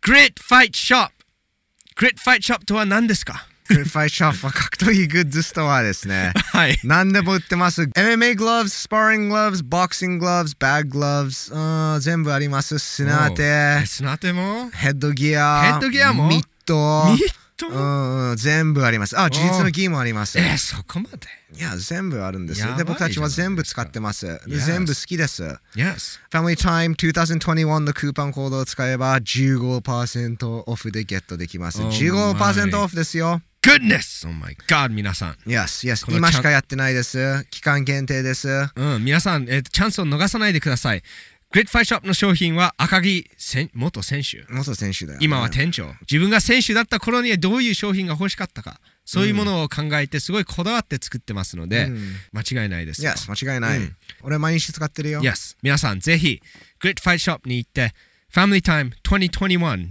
Great Fight Shop! Great Fight Shop とは何ですかグレファイショッ プは格闘技グッズストアですね。はい。何でも売ってます。MMA グローブ、スパーリンググローブ、ボクシンググローブ、バッググローブ、全部あります。砂当て、え砂手もヘッドギア、ヘッドギアもミット、ミットうんうん、全部あります。あ、事実のギーもあります。えー、そこまでいや、全部あるんですやよ。ばいで、僕たちは全部使ってます。で Yes 全部好きです。 ?Yes。 Family Time 2021のクーポンコードを使えば15%オフでゲットできます。 Oh my 15%オフですよ。 Goodness! Oh my god! 皆さん。 Yes, yes. この今しかやってないです。期間限定です。うん、皆さん、えーチャンスを逃さないでください。Great Fight Shop の商品は赤木せん元選手。元選手だよ、今は店長自分が選手だった頃にはどういう商品が欲しかったかそういうものを考えてすごいこだわって作ってますので、間違いないですよ Yes, 間違いない。うん俺毎日使ってるよ。 Yes 皆さんぜひ Great Fight Shop に行って Family Time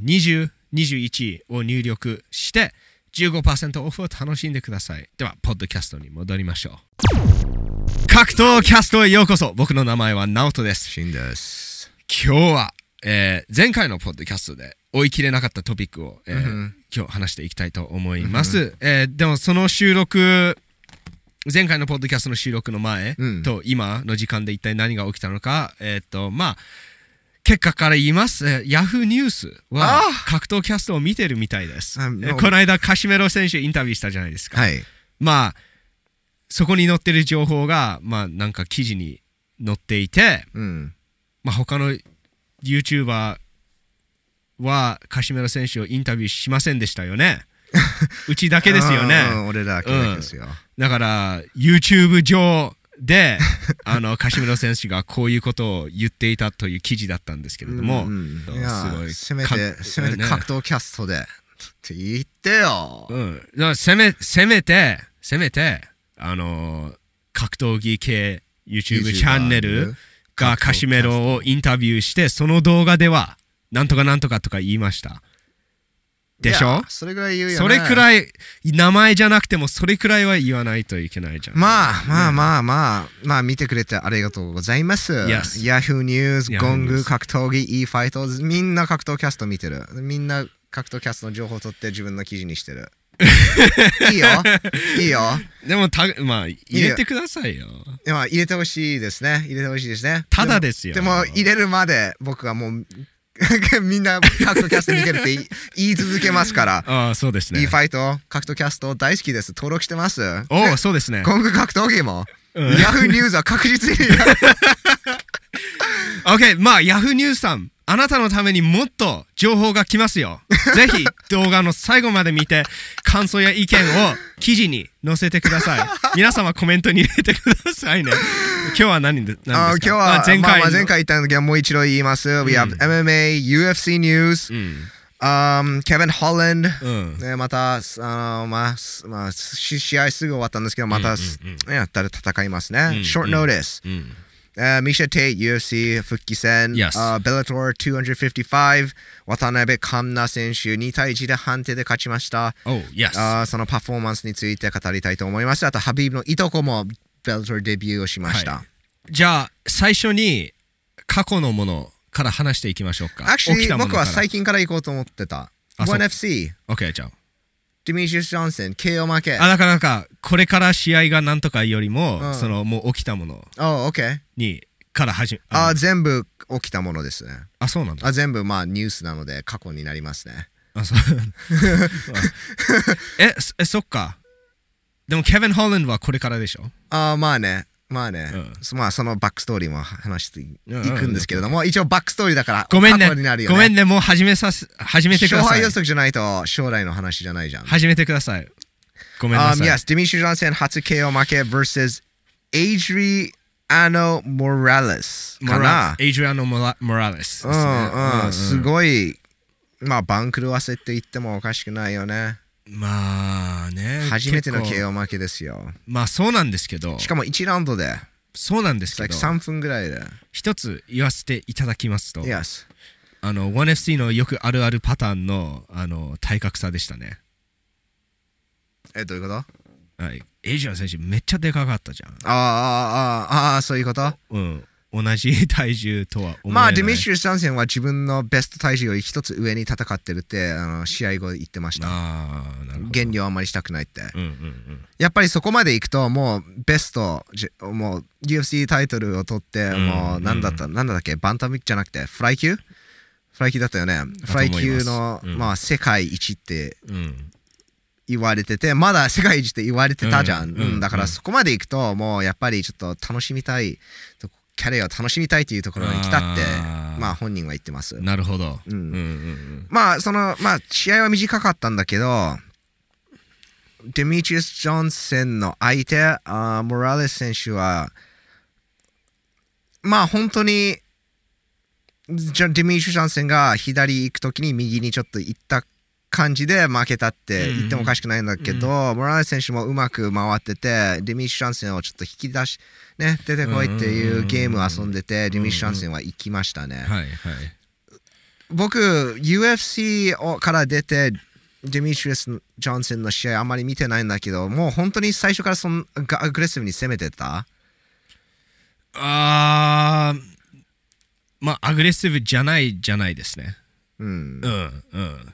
2021-2021を入力して15%オフを楽しんでくださいではポッドキャストに戻りましょう格闘キャストへようこそ僕の名前はナオトです死んです。今日は、えー前回のポッドキャストで追い切れなかったトピックを、えー今日話していきたいと思います、えーでもその収録前回のポッドキャストの収録の前うんと今の時間で一体何が起きたのか、えーっとまあ結果から言います、えー、ヤフーニュースはあ格闘キャストを見てるみたいです、えあもうーこの間カシメロ選手インタビューしたじゃないですか、はい。まあそこに載ってる情報がまあなんか記事に載っていて、うん。まあ、他の YouTuber はカシメロ選手をインタビューしませんでしたよ ねうちだけですようねん俺らだけですよ。だから YouTube 上で あのカシメロ選手がこういうことを言っていたという記事だったんですけれども、うんそういやすせごめいて、せめてね格闘キャストで。って言ってよ。うん、だからせめせめてせめてあのー格闘技系 YouTube チャンネルがカシメロをインタビューしてその動画ではなんとかなんとかとか言いましたでしいょやそれぐらい言うよ、ね。それくらい名前じゃなくてもそれくらいは言わないといけないじゃん、まあまあまあまあ、まあ見てくれてありがとうございます。 Yes. Yahoo ニュ Yahoo ース、ゴン News グ、格闘技、e ファイトみんな格闘キャスト見てる。みんな格闘キャストの情報を取って自分の記事にしてる。 いいよ、いいよ。でもたまあ入れてくださいよでも入れてほしいですね。入れてほしいですね。ただですよでもでも入れるまで僕はもう みんな格闘キャスト見てるって言い言い続けますから。ああそうですね e ファイト、格闘キャスト大好きです。登録してます。おおそうですねゴング格闘技も。ヤフーニュースは確実に OK まあヤフーニュースさんあなたのためにもっと情報が来ます よぜひ動画の最後まで見て感想や意見を記事に載せてください皆様コメントに入れてくださ いね今日は何であ何で今す日かはあ、前回の、まあ、まあ前回言ったんだけどもう一度言います。We have MMA, UFC news,、うん um, Kevin Holland、うんねまたすあのまあすまあし試合すぐ終わったんですけどまたす、ね誰と戦いますね。Short notice、うんえーミシャ・テイ UFC 復帰戦、 Yes あベラトー255渡辺環奈選手2対1で判定で勝ちました。 Oh yes あーそのパフォーマンスについて語りたいと思います。あと、ハビーブのいとこもベルトルデビューをしました。はじゃあ最初に過去のものから話していきましょうか Actually, 起きたもの僕からは最近から行こうと思ってた。あそう OneFC、 OK じゃあディミジュス・ジョンソン、KO 負け。あだからなんかこれから試合がなんとかよりも、うんそのもう起きたものおう、OK。にから始めああー全部起きたものですね。あそうなんだあ全部まあニュースなので過去になりますね。あ そうえそえそっかでもケビン・ホーランドはこれからでしょあーまあね。まあね、うんそまあそのバックストーリーも話していうんうんくんですけれども、一応バックストーリーだからごめんね過去になるよ、ね。ごめんねもう始めさせ始めてくだ勝さい敗予測じゃないと将来の話じゃないじゃん。始めてくださいごめんな Um, さい、 yes, Dimitri Johnson, Hatsu KO Make versus Adriano Morales. モかラなエイジュアノ・モラモラレスですうねんうん、すごい、まあ、番狂わせって言ってもおかしくないよね。まあね初めての結構 KO 負けですよ。まあそうなんですけどしかも1ラウンドで、そうなんですけ like、ど3分ぐらいで。一つ言わせていただきますと Yes. あの 1FC のよくあるあるパターンのあの体格差でしたねえ、どういうことあはいエイジュアン選手めっちゃでかかったじゃんあ、ああ、ああ、そういうことうん同じ体重とは思えないまあ、ディミシュス・ジョンセンは自分のベスト体重より一つ上に戦ってるって、あの試合後言ってました。ああなるほど減量あんまりしたくないって。うんうんうんやっぱりそこまで行くと、もうベスト、じもう UFC タイトルを取って、んもううんなんだった、なんだっけ、バンタムじゃなくて、フライ級フライ級だったよね。フライ級の、うんまあ、世界一ってうん言われてて、まだ世界一って言われてたじゃん。ううんんうんだからそこまで行くと、もうやっぱりちょっと楽しみたい、キャリアを楽しみたいというところに来たって、あーまあ本人は言ってます。なるほど、うんうんうんまあそのまあ試合は短かったんだけどデミチウス・ジョンセンの相手あーモラレス選手はまあ本当にじゃデミチウス・ジョンセンが左行く時に右にちょっと行った感じで負けたって言ってもおかしくないんだけど、モラレス選手もうまく回っててデミチウス・ジョンセンをちょっと引き出しね出てこいっていうゲームを遊んでて、デミチウス・ジョンセンは行きましたね。うんはいはい僕 UFC をから出てディミトリス・ジョンソンの試合あんまり見てないんだけどもう本当に最初からそんがアグレッシブに攻めてたあーまあアグレッシブじゃないじゃないですねうんうんうん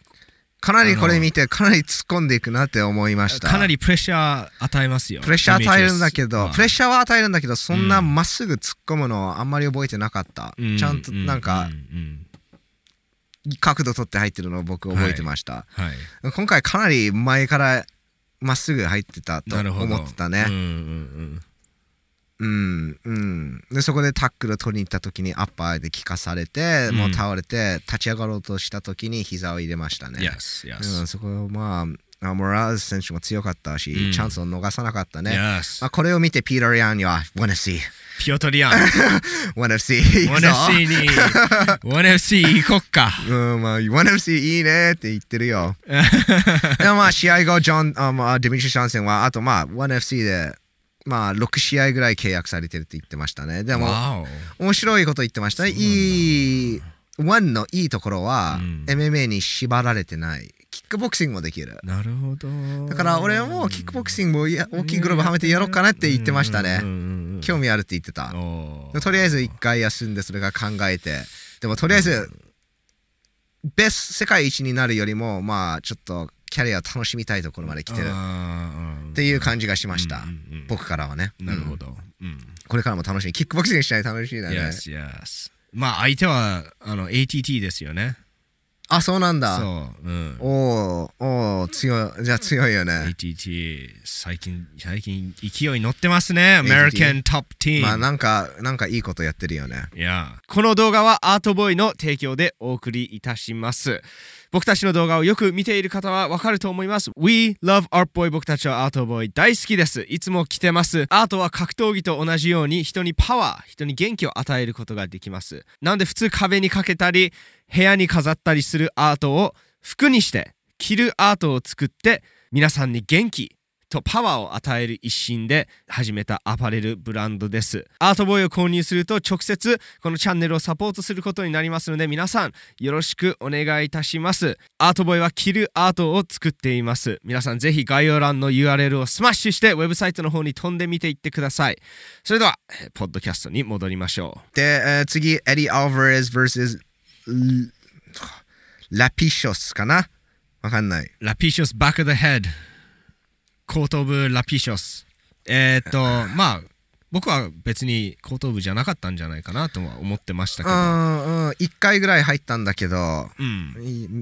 かなりこれ見てかなり突っ込んでいくなって思いましたかなりプレッシャー与えますよプレッシャー与えるんだけダどメージはプレッシャーは与えるんだけどそんなまっすぐ突っ込むのあんまり覚えてなかった、うちゃんとなんかうんうん角度取って入ってるのを僕覚えてました、はい今回かなり前からまっすぐ入ってたとなるほど思ってたね、うんうんうんうん、でそこでタックル取りに行った時にアッパーで効かされて、うんもう倒れて立ち上がろうとした時に膝を入れましたうねん、Yes う Yes ん、そこはまああモラーズ選手も強かったし、うんチャンスを逃さなかったね、 Yes まあ、これを見てピーター・リアンには 1FC ピオトリアン 1FC 行くぞ 1FC に 1FC 行こっかうんまあ、1FC いいねって言って るよでもまあ試合後ジョンあ、まあ、ディミッシュ・シャンセンはあとまあ 1FC でまあ6試合ぐらい契約されてるって言ってましたねでも Wow 面白いこと言ってましたねいいワンのいいところは、うん MMA に縛られてないキックボクシングもできるなるほどだから俺もキックボクシングもいや大きいグローブはめてやろうかなって言ってましたね今興味あるって言ってたでとりあえず一回休んでそれから考えてでもとりあえずベスト世界一になるよりもまあちょっとキャリアを楽しみたいところまで来てるっっていう感じがしました、うんうんうん僕からはねなるほうんど。うん。これからも楽しみキックボクシングしない楽しみだね、 Yes, yes. まあ相手はあの ATT ですよね。あそうなんだそう。うん。おーおー強いじゃあ強いよね ATT 最近最近勢いに乗ってますね。American Top まあ Team。なんかなんかいいことやってるよねいやこの動画はアートボーイの提供でお送りいたします僕たちの動画をよく見ている方はわかると思います We love Art Boy 僕たちはアートボーイ大好きですいつも来てますアートは格闘技と同じように人にパワー人に元気を与えることができますなんで普通壁にかけたり部屋に飾ったりするアートを服にして着るアートを作って皆さんに元気とパワーを与える一心で始めたアパレルブランドですアートボーイを購入すると直接このチャンネルをサポートすることになりますので皆さんよろしくお願いいたしますアートボーイは着るアートを作っています皆さんぜひ概要欄の URL をスマッシュしてウェブサイトの方に飛んでみていってくださいそれではえーポッドキャストに戻りましょで、えー次エディ・アルヴァレス vs ルラピショスかなわかんないうラピショスバック・ザ・ヘッド後頭部ラピショスえー、っと まあ僕は別に後頭部じゃなかったんじゃないかなとは思ってましたう、んうん1回ぐらい入ったんだけどうん、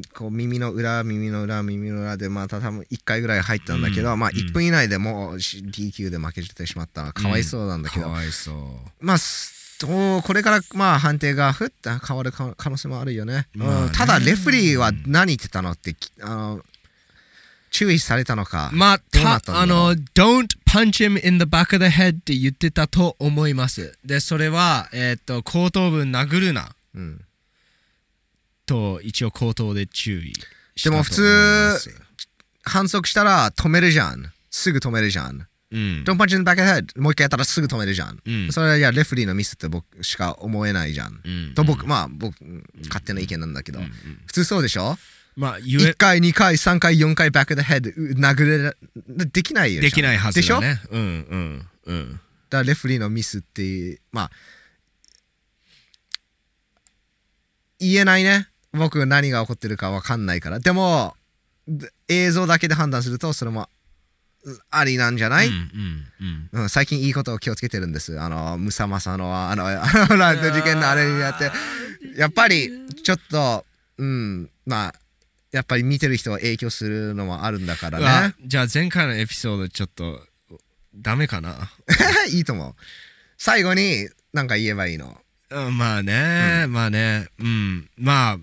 いこう耳の裏耳の裏耳の裏でまあた多分1回ぐらい入ったんだけど、まあ1分以内でもう DQ で負けてしまったかわいそうなんだけど、かわいそうまあすとこれからまあ判定がふって変わるか可能性もあるよね,うん、まあねただレフェリーは何言ってたのってきあの注意されたのか、まあ、どうなったんた、あだろうの、don't punch him in the back of the head って言ってたと思います。で、それは、えーっと、後頭部殴るなうん、と、一応口頭で注意したでも普と思いま通す反則したら止めるじゃんすぐ止めるじゃん、うん。ドンパンチのバックヘッドもう一回やったらすぐ止めるじゃん、うんそれはいやレフェリーのミスって僕しか思えないじゃん、うんと僕まあ僕勝手な意見なんだけど、普通そうでしょまあ、言え1、回2回3回4回バックヘッド殴れるできないよできないはずだでしょね。うん、うん、うん。だからレフェリーのミスっていうまあ言えないね僕何が起こってるか分かんないからでもで映像だけで判断するとそれもうありなんじゃない、うんうんうん、最近いいことを気をつけてるんですあのムサマサのあのあのランド事件のあれにやってやっぱりちょっとうんまあやっぱり見てる人は影響するのもあるんだかうんうわらねじゃあ前回のエピソードちょっとダメかない いと思う最後に何か言えばいいのうんまあね、まあねうんまあ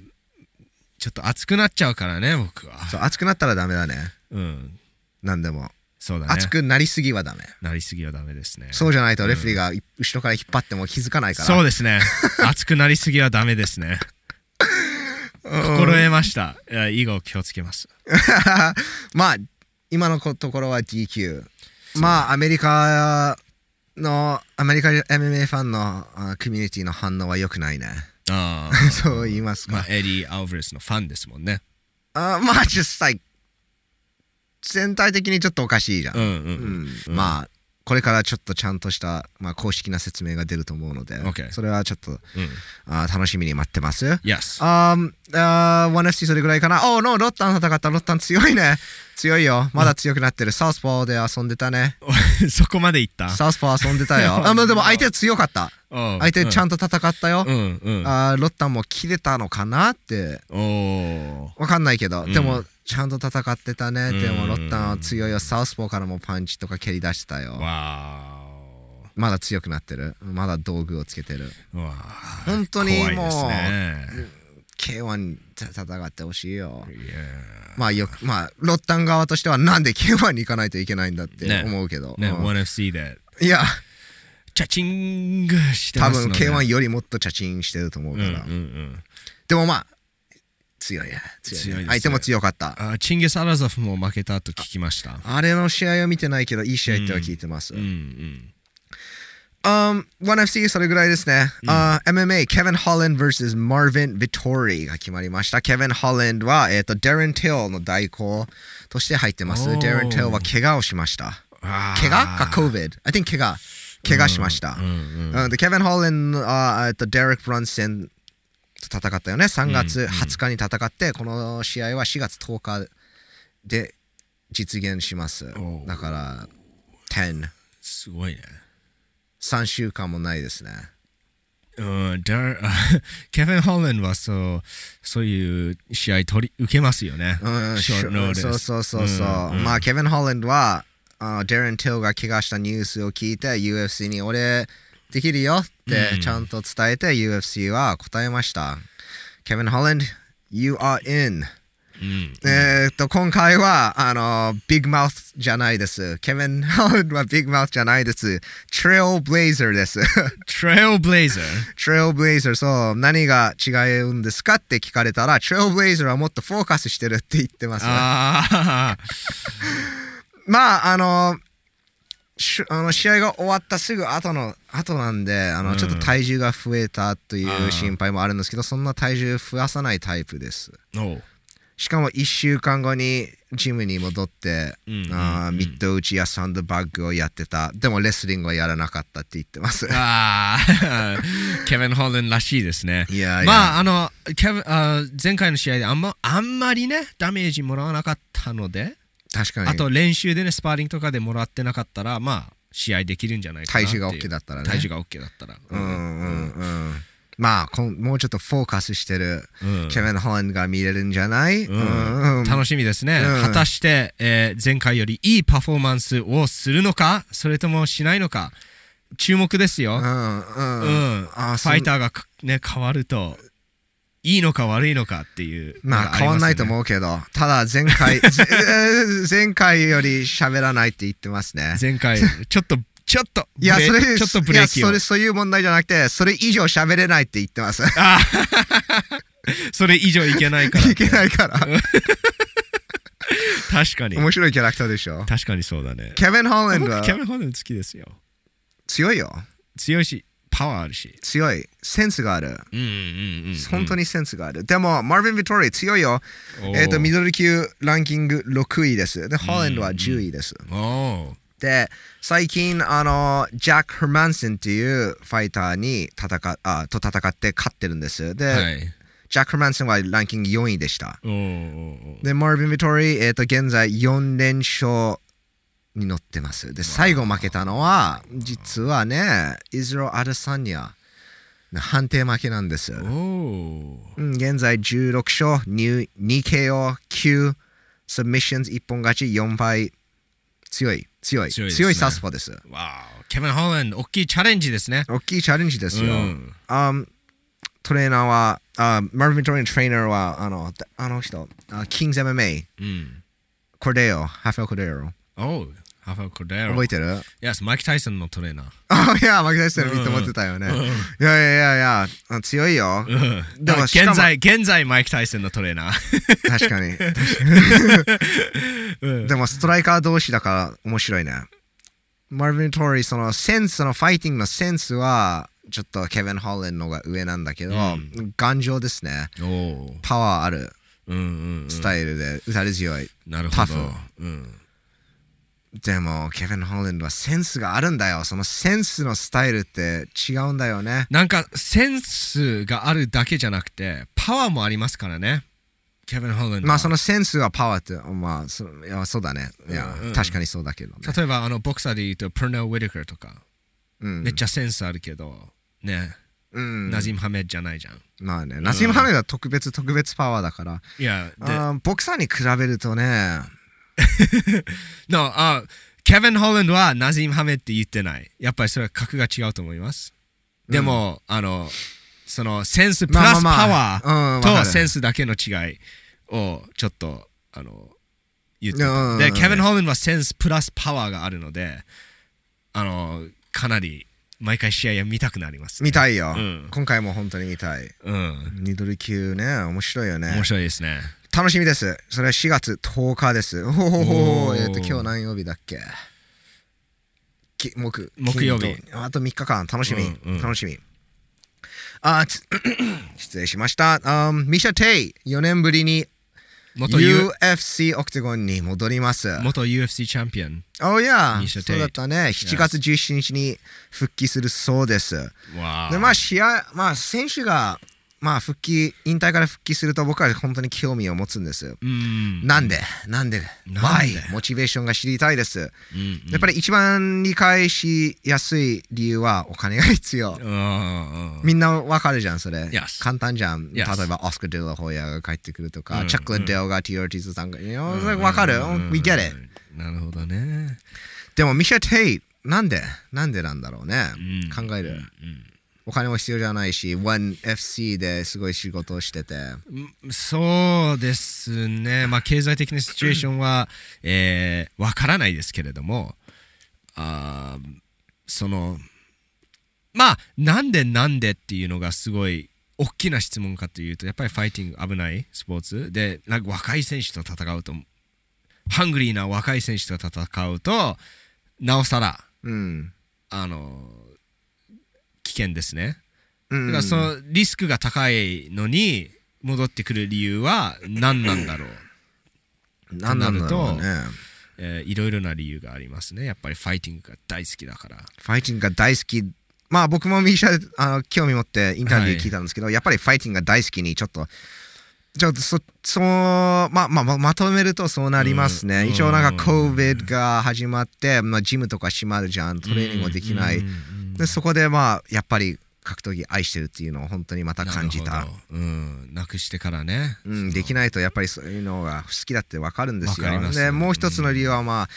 ちょっと熱くなっちゃうからね僕はそう熱くなったらダメだねうん何でもそうだね熱くなりすぎはダメなりすぎはダメですねそうじゃないとレフェリーがい後ろから引っ張っても気づかないからそうですね 熱くなりすぎはダメですね心得ましたいや以後気をつけます まあ今のこところは GQ まあアメリカのアメリカ MMA ファンのあコミュニティの反応は良くないねああそう言います まあか、エリー・アウブレスのファンですもんねあまあ just like 全体的にちょっとおかしいじゃん、ううんんうんまあこれからちょっとちゃんとした、まあ、公式な説明が出ると思うので、 Okay それはちょっとうんあ楽しみに待ってます。 Yes あーあー、1FC それぐらいかな。おお、ロッタン戦った。ロッタン強いね。強いよ。まだ強くなってる。サウスポーで遊んでたね。 そこまでいったサウスポー遊んでた よ。あまあでも相手は強かった。相手ちゃんんと戦ったよ。うんうんあーロッタンも切れたのかなって。おおわかんないけど。んでも、ちゃんと戦ってたね。でうも、んロッタンは強いよ。サウスポーからもパンチとか蹴り出してたよ。わまだ強くなってる。まだ道具をつけてる。ーわー本当にもう怖いですね K1 戦ってほしいよ。いやまあよく、まあ、ロッタン側としてはなんで K1 に行かないといけないんだってね思うけど。ねうん 1FC でいや、チャチングして多ます分ので K1 よりもっとチャチンしてると思ううかんうら。んうんでもまあ、強いね。強強いでいすねね相手も強かった。あチンゲス・アラザフも負けたと聞きましたあれの試合は見てないけど、いい試合っては聞いてます。うんうんうん、1FC それぐらいですね。あー MMA、ケビン・ホランド vs. マーヴィン・ヴィトリーが決まりました。ケビン・ホランドは、えっ、と、デレン・ティルの代行として入ってまおす。ーデレン・ティルは怪我をしました。あー怪我か COVID? I think 怪我。怪我しました。うんうんうん、で、ケビン・ホーレン、あーえっと、デレック・ブランセンと戦ったよね。3月20日に戦って、この試合は4月10日で実現しますおう。だから、10、すごいね3週間もないですね。うん、 だケビン・ホーレンはそうそういう試合取り受けますよね。うん、ショートノーディスそうそうそうそう。うんうんまあ、ケビン・ホーレンは、あーデレン・ティルが怪我したニュースを聞いて、UFC に俺、できるよってちゃんと伝えて、UFC は答えました。ケビン・ホーレン、You are in. うんえーっと、今回は、あの、ビッグマウスじゃないです。ケビン・ハウンはビッグマウスじゃないです。トレイルブレイザーです。 トレイル・ブレイザー。トレイルブレイザー、そう、何が違うんですかって聞かれたら、トレイルブレイザーはもっとフォーカスしてるって言ってます。ああ、まあ、あの、しあの試合が終わったすぐ後の後なんであの、うんちょっと体重が増えたとあいーう心配もあるんですけどそんな体重増やさないタイプです おうしかも1週間後にジムに戻って、うんあーミッド打ちやサンドバッグをやってたでもレスリングはやらなかったって言ってますああ、ケビン・ホーレ ンらしいですね。いやいやまあ、あの、ケビンあー前回の試合であん,、まあんまりね、ダメージもらわなかったので、確かにあと練習でね、スパーリングとかでもらってなかったら、まあ、試合できるんじゃないかなってい体重う。が OK だったらね体重が OK だったら。うんうんうんまあこんもうちょっとフォーカスしてる、うんキャメン・ホーンが見れるんじゃない、うんうん楽しみですね、うん果たして、えー前回よりいいパフォーマンスをするのかそれともしないのか注目ですよ、ううんんうんフあそんァイターがか、ね、変わるといいのか悪いのかっていうまあ変わんないとう思うけど、ただ前回、ぜ前回より喋らないって言ってますね。前 回ちょっとちょっといや、ブレそれ、ちょっとブレーキいをやそれ、そういう問題じゃなくて、それ以上喋れないって言ってます。あーそれ以上いけない からいけないから。確かに面白いキャラクターで しょ。確かにそうだねケビン・ホーレン僕がキャメン・ホーデン好きですよ強いよ。強いしパワーあるし強い。センスがある。うんうんうん本当にセンスがある。でも、マーヴィン・ヴィトリー強いよ。えっ、と、ミドル級ランキング6位です。で、ホーレンドは10位です。おおで最近あのジャック・ヘルマンセンっていうファイターに戦っあと戦って勝ってるんですで、ーはいジャック・ヘルマンソンはランキング4位でした。おーおーおーで、マーヴィン・ビトリー、えーと、現在4連勝に乗ってます。で、最後負けたのは、実はね、イズロ・アルサニア。判定負けなんです。おーうん、現在16勝、2 KO、9、サミッションズ1本勝ち、4敗。強い、強い、強い強でい,、すねサスパです。わーケビン・ホーランド大きいチャレンジですね大きいチャレンジですよ。うんあんトレーナーは、あマルビン・トレーナートレーナーは、あの、だあの人、あキングズ MMA、うんコデオ、ハフェル・コデオ。おーハファコデロ覚えてるいやマイク・タイソンのトレーナーあ いや、負け出してると思ってたよね。いやいやいやいやあ、強いよ。うんだからしかも現在現在マイク・タイソンのトレーナー確か に。でも、ストライカー同士だから面白いね。マルヴィン・トーリー、そのセンス、そのファイティングのセンスは、ちょっとケビン・ホーレンの方が上なんだけど、頑丈ですね。おおパワーあるうんうんスタイルで打たれ強い。なるほタフどうんでも、ケビン・ホーレンはセンスがあるんだよ。そのセンスのスタイルって違うんだよね。なんかセンスがあるだけじゃなくてパワーもありますからねケビン・ホーランドはまあ、そのセンスはパワーって、まあ、そいやそうだね。いや、確かにそうだけどね。例えばあのボクサーで言うとプルナー・ウィルカーとか、うんめっちゃセンスあるけどね、うん、ナジム・ハメッドじゃないじゃんまあね、ナシム・ハメドは特別特別パワーだから、いやであーボクサーに比べるとね、 No あケビン・ホーランドはナジム・ハメッドって言ってないやっぱりそれは格が違うと思いますでも、あのそのセンスプラスパまあワまあまあうんわーかとるセンスだけの違いをちょっとあの言ってうんうんうたんでケビン・ホーランドはセンスプラスパワーがあるのであのかなり毎回試合は見たくなります、ね、見たいよ、うん今回も本当に見たい。うんニドル級ね、面白いよね面。白いですね楽しみです。それは4月10日です。ほほほおーほ、えっ、と、今日何曜日だっけき木木曜日金とあと3日間、楽しみ、うんうん楽しみ。あーつ 失礼しました。あーミシャ・テイ、4年ぶりに元 U UFC オクテゴンに戻ります。元 UFC チャンピオンおやミシャそうだったね。 Yes 7月17日に復帰するそうです。わで、まあ、試合、まあ、選手が、まあ、復帰、引退から復帰すると、僕は本当に興味を持つんです。うんなんでなんでなん ?Why? でモチベーションが知りたいです。うんやっぱり一番理解しやすい理由はお金が必要。うんうんみんなわかるじゃん、それ。 Yes 簡単じゃん。 Yes 例えば、オスカー・デラホイヤが帰ってくるとか、うんチャック・レデオが TRT さんが、you know, それわかる、?We get it. なるほどねでもミシャ・テイなんでなんでなんだろうね、うん考える、お金も必要じゃないし OneFC ですごい仕事をしててうんそうですねまあ経済的なシチュエーションはえーわからないですけれどもあーそのまあなんでなんでっていうのがすごい大きな質問かというとやっぱりファイティング危ないスポーツでなんか若い選手と戦うとハングリーな若い選手と戦うとなおさらうんあの危険ですねうだんからそのリスクが高いのに戻ってくる理由は何なんだろう、 なんなんだろうねえーいろいろな理由がありますねやっぱりファイティングが大好きだからファイティングが大好きまあ僕もミシャあの興味持ってインタビューはい聞いたんですけど、やっぱりファイティングが大好きにちょっとちょっとそそうまあまあまあまとめるとそうなりますね、うん一応なんかうん COVID が始まって、まあ、ジムとか閉まるじゃんトレーニングもできない、うんうんでそこでまあやっぱり格闘技愛してるっていうのを本当にまた感じなるたほ、どうんなくしてからね、うん、できないとやっぱりそういうのが好きだってわかるんですよわかりますでもう一つの理由はまあ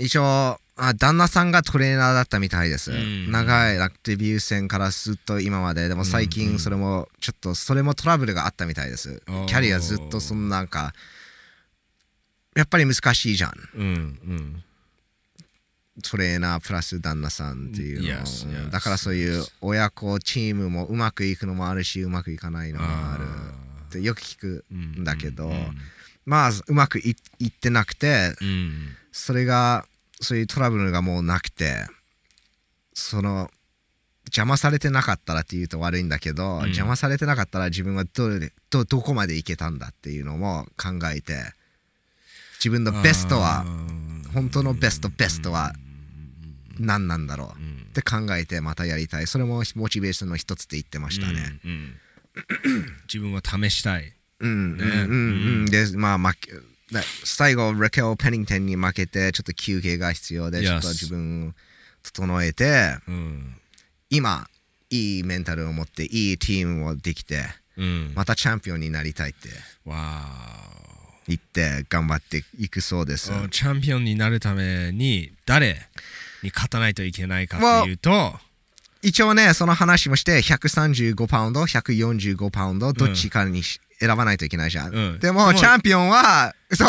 一応あ旦那さんがトレーナーだったみたいです、ん長いラデビュー戦からずっと今まででも最近それもちょっとそれもトラブルがあったみたいですあーキャリアずっとそのなんかやっぱり難しいじゃんうんうんトレーナープラス旦那さんっていうの Yes, yes, だからそういう親子チームもうまくいくのもあるしうまくいかないのもあるってよく聞くんだけど、まあうまくいいってなくてうんそれがそういうトラブルがもうなくてその邪魔されてなかったらっていうと悪いんだけど、邪魔されてなかったら自分はどれでどどこまでいけたんだっていうのも考えて自分のベストはうん本当のベストベストは何なんだろうって考えてまたやりたいそれもモチベーションの一つって言ってましたね、うん 自分は試したい。うんねうんうんうんでまあ負けだ最後ラケオ・ペニングテンに負けてちょっと休憩が必要で Yes ちょっと自分を整えてうん。今いいメンタルを持っていいチームをできてうん。またチャンピオンになりたいってわ言って頑張っていくそうですーおチャンピオンになるために誰に勝たないといけないかっていうと、一応ねその話もして135パウンド145パウンドどっちかにし、選ばないといけないじゃん、うんでもでもチャンピオンはそう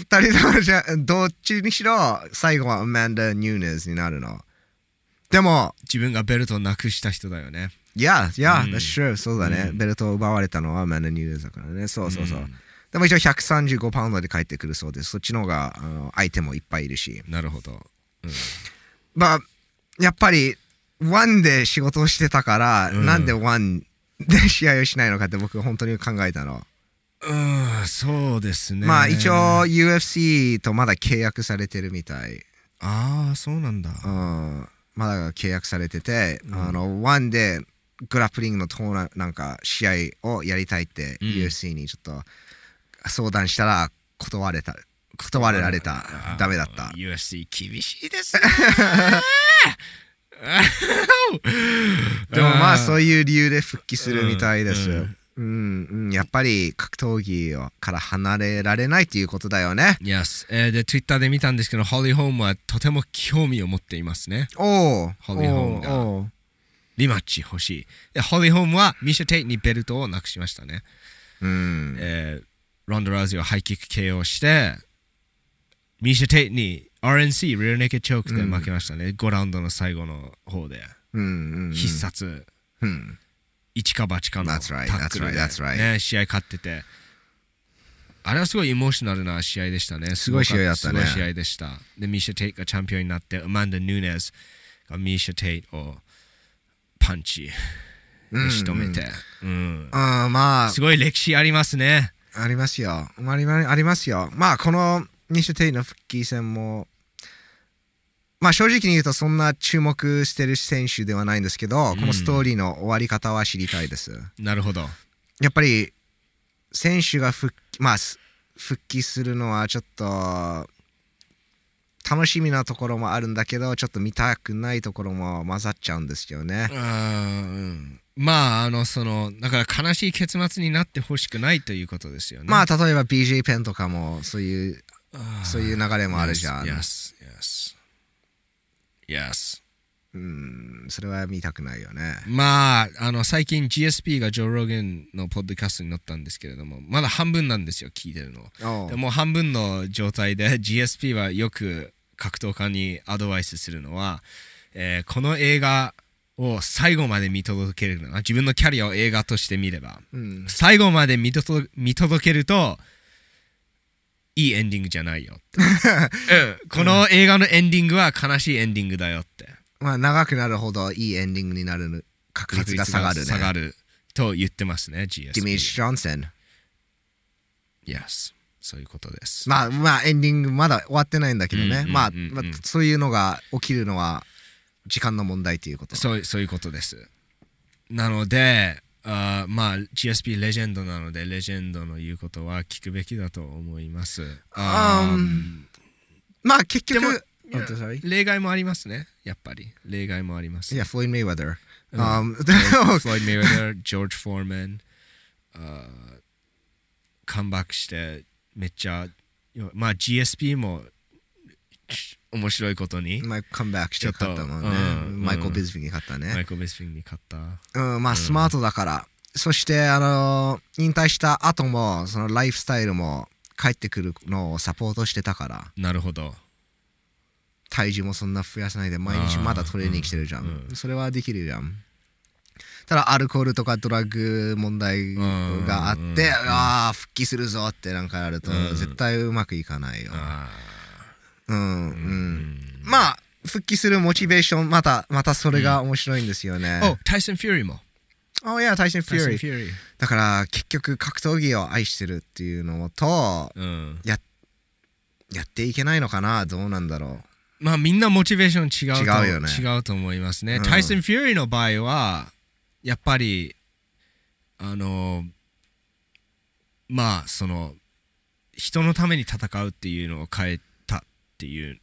2人ともじゃどっちにしろ最後はアマンダ・ニューネズになるのでも自分がベルトをなくした人だよね。いやいやうん that's true そうだね、うんベルトを奪われたのはアマンダ・ニューネズだからねそうそうそう、でも一応135パウンドで帰ってくるそうですそっちの方があの相手もいっぱいいるし、なるほど。まあやっぱりワンで仕事をしてたから、うんなんでワンで試合をしないのかって僕本当に考えたの、うん、そうですね。まあ一応あ UFC とまだ契約されてるみたい、あ、そうなんだ。うん、まだ契約されてて、うんあのワンでグラップリングのトーナなんか試合をやりたいって、うん UFC にちょっと相談したら断れた断られたあーダメだった。 UFC 厳しいですね。 でもまあうそういう理由で復帰するみたいです。ううんんうん、やっぱり格闘技をから離れられないということだよね。 Yes、えーで、Twitter で見たんですけど、ホリー・ホームはとても興味を持っていますね。おお、ホリーホームがおーおーリマッチ欲しい。で、ホリー・ホームはミシャ・テイにベルトをなくしましたね。うん、えーロンド・ラーズをハイキック KO して、ミシャ・テイに RNC、リアルネケッドチョークで負けましたね。5ラウンドの最後の方で、うん、うん、必殺。うん、一か八かのタ That's right, ックルで、 that's right, that's right. ね、試合勝っててあれはすごいエモーショナルな試合でしたねすごい試合だったねすごい試合でしたでミーシャ・テイトがチャンピオンになってアマンダ・ヌーネスがミーシャ・テイトをパンチうん、で仕留めて、うんあーまあすごい歴史ありますねありますよ。ありまありますよ。まあこの西テイの復帰戦も。まあ正直に言うとそんな注目してる選手ではないんですけど、このストーリーの終わり方は知りたいです。なるほどやっぱり選手が復帰,、まあ、す復帰するのはちょっと楽しみなところもあるんだけどちょっと見たくないところも混ざっちゃうんですよね。うんまああのそのだから悲しい結末になってほしくないということですよねまあ例えば BJ ペンとかもそういうあそういう流れもあるじゃん。 Yes Yes Yes うんそれは見たくないよね。まあ、あの最近 GSP がジョー・ローゲンのポッドキャストになったんですけれどもまだ半分なんですよ聞いてるのおうでもう半分の状態で GSP はよく格闘家にアドバイスするのは、えーこの映画を最後まで見届けるのは自分のキャリアを映画として見ればうん最後まで見とと見届けるといいエンディングじゃないよって うんこの映画のエンディングは悲しいエンディングだよってまあ長くなるほどいいエンディングになる確率が下がるね。下がると言ってますね、GSP。ディミッシュ・ジョンセン。 Yes。そういうことです。まあまあエンディングまだ終わってないんだけどうんうんうんねう。んまあまあそういうのが起きるのは時間の問題ということ。そうそういうことです。なので、あーまあ、GSP レジェンドなので、レジェンドの言うことは聞くべきだと思います。あーまあ結でも局、いや本当 sorry 例外もありますね、やっぱり。例外もあります。いや、フロイド・メイウェザー。うん うんでもフロイド・メイウェザー、ジョージ・フォーマン、あーカムバックして、めっちゃ、まあ GSP も面白いことに、まあ、カムバックして勝ったもんねちょっとう。んマイコル・ビズビーに勝ったマね。イクル・ビスフィンに勝った。うん、まあ、スマートだから。そして、あのー、引退した後も、そのライフスタイルも帰ってくるのをサポートしてたから、なるほど。体重もそんな増やさないで、毎日まだトレーニングしてるじゃうんん。それはできるじゃん。ただ、アルコールとかドラッグ問題があっうんて、ああ、復帰するぞってなんかやると、うん絶対うまくいかないよ。あうんうん、んまあ復帰するモチベーションまたまたそれが面白いんですよね。お、タイソン・フューリーも。おいや対戦フタイュソーン・リフーューリー。だから結局格闘技を愛してるっていうのとうん。やっていけないのかなどうなんだろまあみんなモチベーション違うと違うよね違うと思いますね。うんタイソン・フューリーの場合は、やっぱり、あのまあその人のために戦うっていうのを変えたっていう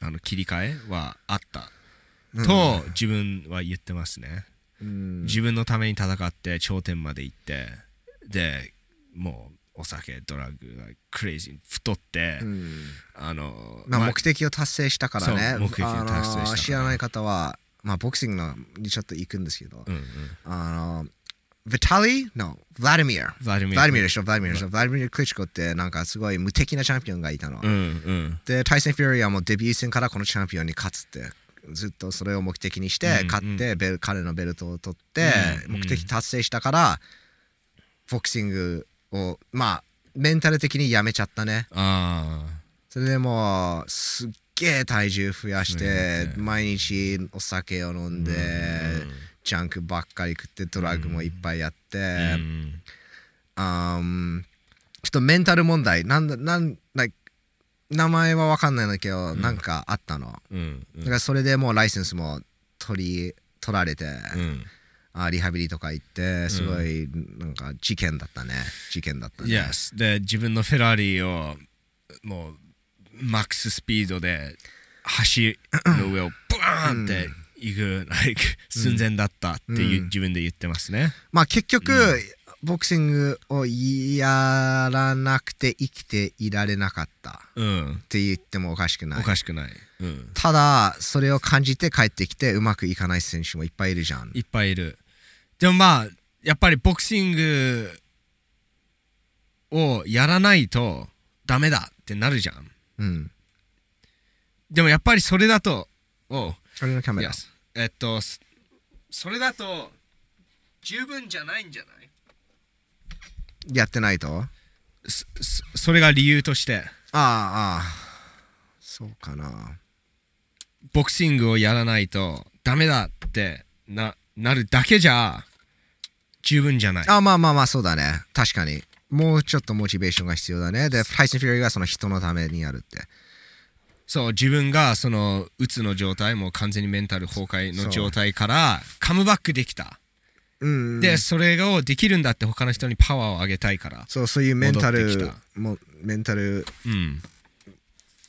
あの切り替えはあったと自分は言ってますね、うん自分のために戦って頂点まで行ってでもうお酒ドラッグクレイジーに太って、うんあのまあ、まあ目的を達成したからねそう目的を達成したからあのー知らない方は、まあ、ボクシングのにちょっと行くんですけど、うんうんあのヴィタリーのヴラディミルヴァルミヴルラディミルでしょヴラディミルでしょヴラディミル・クリチコってなんかすごい無敵なチャンピオンがいたの、うんうんでタイソン・フューリーはもうデビュー戦からこのチャンピオンに勝つってずっとそれを目的にしてうん勝って、ベル彼のベルトを取って、うん目的達成したからボクシングをまあメンタル的にやめちゃったねあそれでもうすっげえ体重増やして毎日お酒を飲んで、ジャンクばっかり食ってドラッグもいっぱいやって、あうんあーんちょっとメンタル問題なんだなん like 名前は分かんないんだけど、なんかあったのうんうだんからそれでもうライセンスも取り取られて、うんあーリハビリとか行ってすごいなんか事件だったね事件だったね Yes で自分のフェラーリをもうマックススピードで橋の上をブワーンって行く、like 寸前だったっていう、自分で言ってますねまあ結局、ボクシングをやらなくて生きていられなかったっうんて言ってもおかしくないおかしくない、うん、ただそれを感じて帰ってきてうまくいかない選手もいっぱいいるじゃんいっぱいいるでもまあやっぱりボクシングをやらないとダメだってなるじゃんうんでもやっぱりそれだとおう俺のキャメラ Yes えっとそそれだと十分じゃないんじゃないやってないとああそそそれが理由としてああそうかなボクシングをやらないとダメだってななるだけじゃ十分じゃないあまあまあまあそうだね確かにもうちょっとモチベーションが必要だねでタイソン・フューリーがその人のためにやるってそう自分がそのうつの状態もう完全にメンタル崩壊そのう状態からカムバックできた、うんでそれをできるんだって他の人にパワーを上げたいからそうそういうメンタ戻ってルきもメンタルうん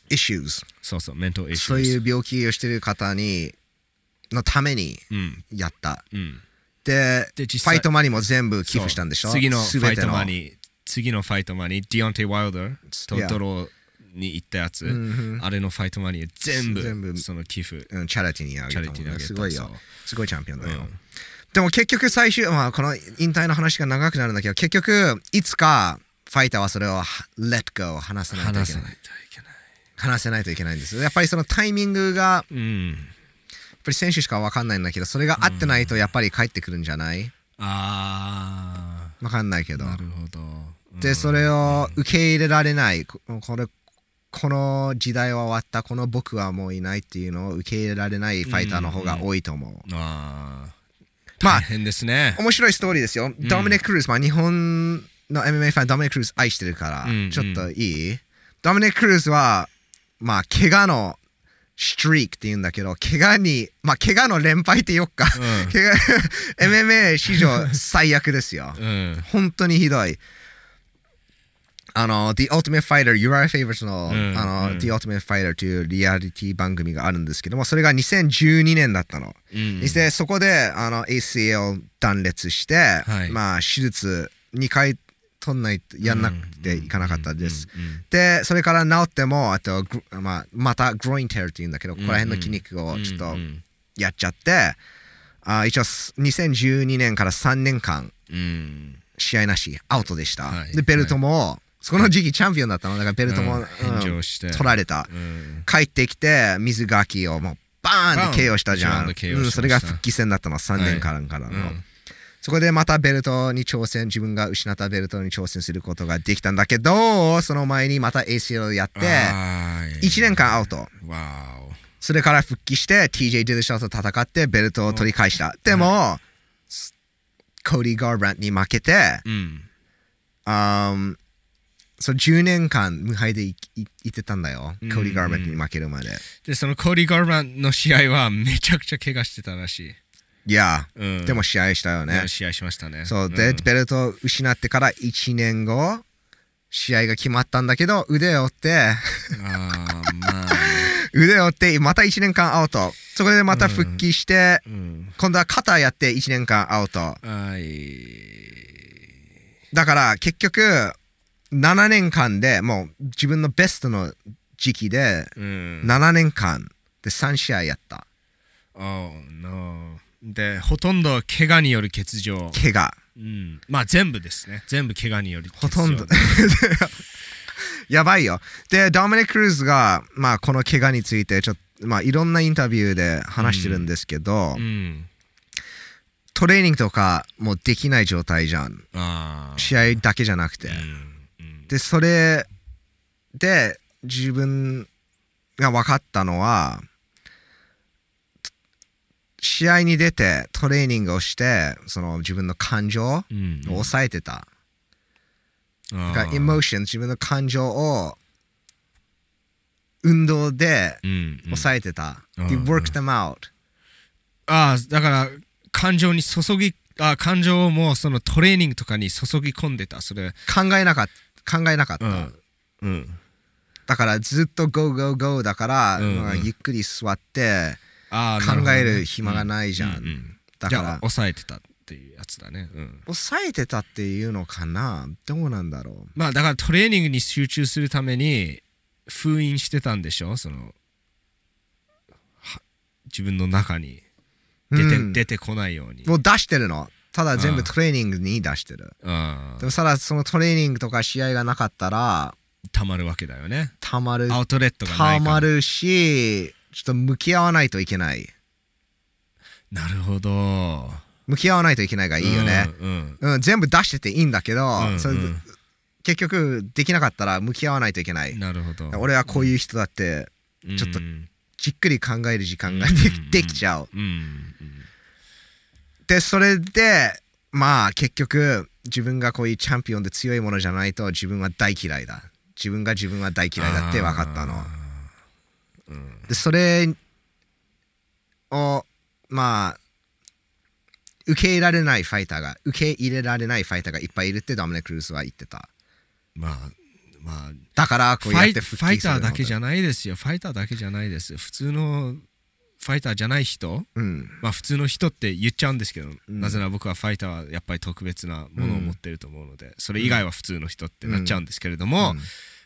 イシューズそうそうメンタルイシそュうーいう病気をしてる方にのためにうんやったうんでで実フ際ァイトマニーも全部寄付したんでしょそう次のファイトマーニー次のファイトマニーディオンテイ・ワイルダーいやとドローに行ったやつ、あれのファイトマニー全部全部その寄付うん、チャラティーにあげたもんチャラティーにあげねたすごいそようすごいチャンピオンだよ、うんでも結局最終まあこの引退の話が長くなるんだけど結局いつかファイターはそれをレッドゴー話さないとい話けさなないいといけない話せないといけないんですよやっぱりそのタイミングがうんやっぱり選手しか分かんないんだけどそれが合ってないとやっぱり帰ってくるんじゃないあ分かんないけどーなるほど、うんでそれを受け入れられないここれこの時代は終わったこの僕はもういないっていうのを受け入れられないファイターの方が多いと思う、あーまあ大変ですね、面白いストーリーですよ、ドミニック・クルーズまあ日本の MMA ファンドミニック・クルーズ愛してるから、うんちょっといいドミニック・クルーズはまあ怪我のストリークって言うんだけど怪我にまあ怪我の連敗ってよっか、ん怪我 MMA 史上最悪です ようん本当にひどい。あの、The Ultimate Fighter、Uriah Favors の,、うんあの、うん The Ultimate Fighter というリアリティ番組があるんですけども、それが2012年だったの。うんで、そこであの ACL 断裂して、いまあ、手術2回取んないとやんなくていかなかったです。うんうんで、それから治っても、あと、グまあ、また groin tear っていうんだけど、ここら辺の筋肉をちょっとうんやっちゃって、あ一応2012年から3年間、うん試合なしアウトでした、はいでベルトも、そこの時期チャンピオンだったのだからベルトも、ううんん返上して取られた、うん帰ってきて水ガキをもうバーンってバーン KO したじゃん、バーンと KO しましうたん、それが復帰戦だったの3年間からの、うんそこでまたベルトに挑戦自分が失ったベルトに挑戦することができたんだけどその前にまた ACL やってあー1年間アウトわおそれから復帰して TJ ディルシャーと戦ってベルトを取り返したでも、s- コーディ・ガーブラントに負けて、うんあーんそう10年間無敗でいいいてたんだよ、うんコーディ・ガーメントに負けるまで。でそのコーディ・ガーバンの試合はめちゃくちゃ怪我してたらしいいや、うんでも試合したよね。試合しましたねそう、んで、ベルトを失ってから1年後、試合が決まったんだけど、腕を折って、 ああまあ腕を折って、また1年間アウト。そこでまた復帰して、うん今度は肩やって1年間アウト。はいだから結局7年間でもう自分のベストの時期でうん7年間で3試合やったあなでほとんど怪我による欠場怪我うんまあ全部ですね全部怪我による欠ほ場とんど やばいよでドミニク・クルーズが、まあ、この怪我についてちょっと、まあ、いろんなインタビューで話してるんですけど、うんトレーニングとかもうできない状態じゃん ああ試合だけじゃなくて、うんうんでそれで自分が分かったのは試合に出てトレーニングをしてその自分の感情をうん抑えてた、あだーからエモーション自分の感情を運動でうんうん抑えてた、うんでうん work them out ああだから感情に注ぎあ感情をもうそのトレーニングとかに注ぎ込んでたそれ考えなかった考えなかった、うんうんだからずっと GO GO GO だから、うんうんまあゆっくり座ってああな考ほどねえる暇がないじゃん、うんうんだじかゃあら抑えてたっていうやつだねうん抑えてたっていうのかなどうなんだろまあだからトレーニングに集中するために封印してたんでしょそのは自分の中にう出て,、うん出てこないようにもう出してるのただ全う部んトレーニングに出してるああでもただそのトレーニングとか試合がなかったらたまるわけだよねたまるアウトレットがなたいからまるしちょっと向き合わないといけないなるほど向き合わないといけないがいいよね、うんうんうん全部出してていいんだけど、うんそれうん結局できなかったら向き合わないといけないなるほど俺はこういう人だってちょっとうんじっくり考える時間がうでんきできちゃううんでそれでまあ結局自分がこういうチャンピオンで強いものじゃないと自分は大嫌いだ自分が自分は大嫌いだって分かったの、でそれをまあ受け入れられないファイターが受け入れられないファイターがいっぱいいるってダムネ・クルーズは言ってたまあまあだからこフうやァイってフ復ァイ帰するターだけじゃゃないですよファイターだけじゃないです普通のファイターじゃない人うんまあ普通の人って言っちゃうんですけど、んなぜなら僕はファイターはやっぱり特別なものを持ってると思うので、それ以外は普通の人ってなっちゃうんですけれども、うん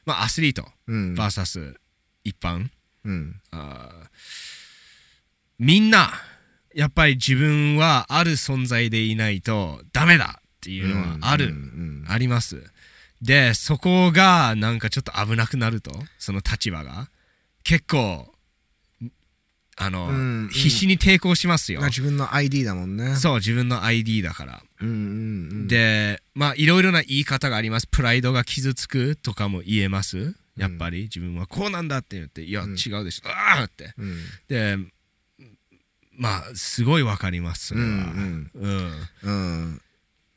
まあアスリートうん VS 一般うんあーみんなやっぱり自分はある存在でいないとダメだっていうのはある、うんうんありますでそこがなんかちょっと危なくなるとその立場が結構あの、うん必死に抵抗しますよ、まあ自分の ID だもんねそう自分の ID だから、うんうんうんでまあいろいろな言い方がありますプライドが傷つくとかも言えますやっぱり、自分はこうなんだって言っていや、ん違うでしょああってうんでまあすごいわかりますそれうはんうんうん。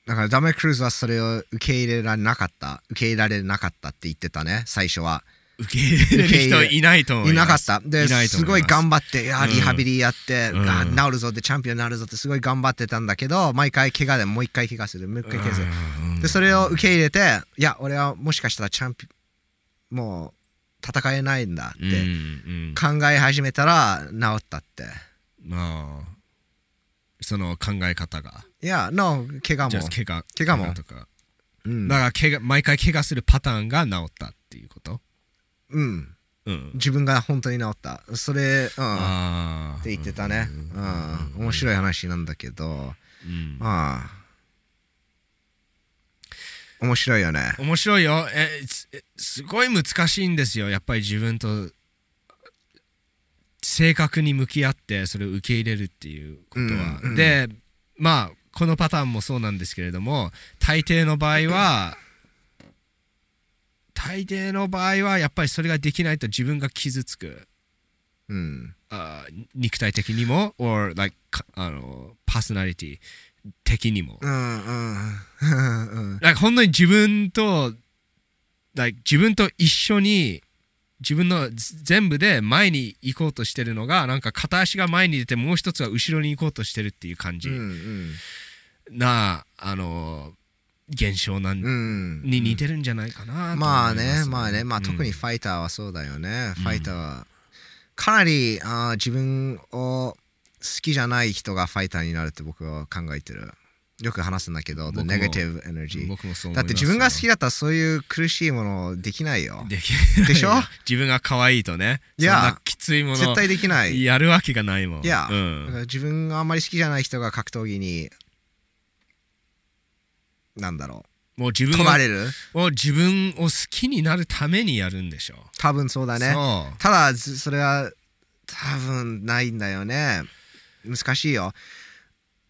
だからダメクルーズはそれを受け入れられなかった受け入れられなかったって言ってたね最初は受け入れる人いないと思いいまなすかったでいないとす思いまごすい頑張っていやうんリハビリやって、うんあ治るぞってチャンピオンになるぞってすごい頑張ってたんだけど毎回怪我でもう一回怪我するもう一回怪我する、うんでそれを受け入れていや俺はもしかしたらチャンピもう戦えないんだっうんてうん考え始めたら治ったってまあその考え方がいや No 怪我じゃもあ怪我怪我もとかうんだから怪我毎回怪我するパターンが治ったっていうことうんうん自分が本当に治ったそれうんああって言ってたね。うん、面白い話なんだけど、うんまあ、面白いよね。面白いよえすえすごい難しいんですよやっぱり自分と正確に向き合ってそれを受け入れるっていうことは、うんうんでまあこのパターンもそうなんですけれども大抵の場合は大抵の場合はやっぱりそれができないと自分が傷つくうん、あー肉体的にも or like かあのパーソナリティ的にもうん、うん、うなん、 んか本当に自分と、like 自分と一緒に自分の全部で前に行こうとしてるのがなんか片足が前に出てもう一つは後ろに行こうとしてるっていう感じうんうんな、あの現象なん、うんに似てるんじゃないかなと思いまあすねまあねまあうん特にファイターはそうだよね、ファイターはかなりあー自分を好きじゃない人がファイターになるって僕は考えてるよく話すんだけど僕もネガティブエネルギー僕もそう思だいっますて自分が好きだったらそういう苦しいものできないよできないでしょ自分が可愛いとねいやそんなきついも絶の対できないやるわけがないもんいうや、だかん、ら自分があんまり好きじゃない人が格闘技になんだろもう自う分取らがれるもう自分を好きになるためにやるんでしょ多分そうだねそうただずそれは多分ないんだよね難しいよ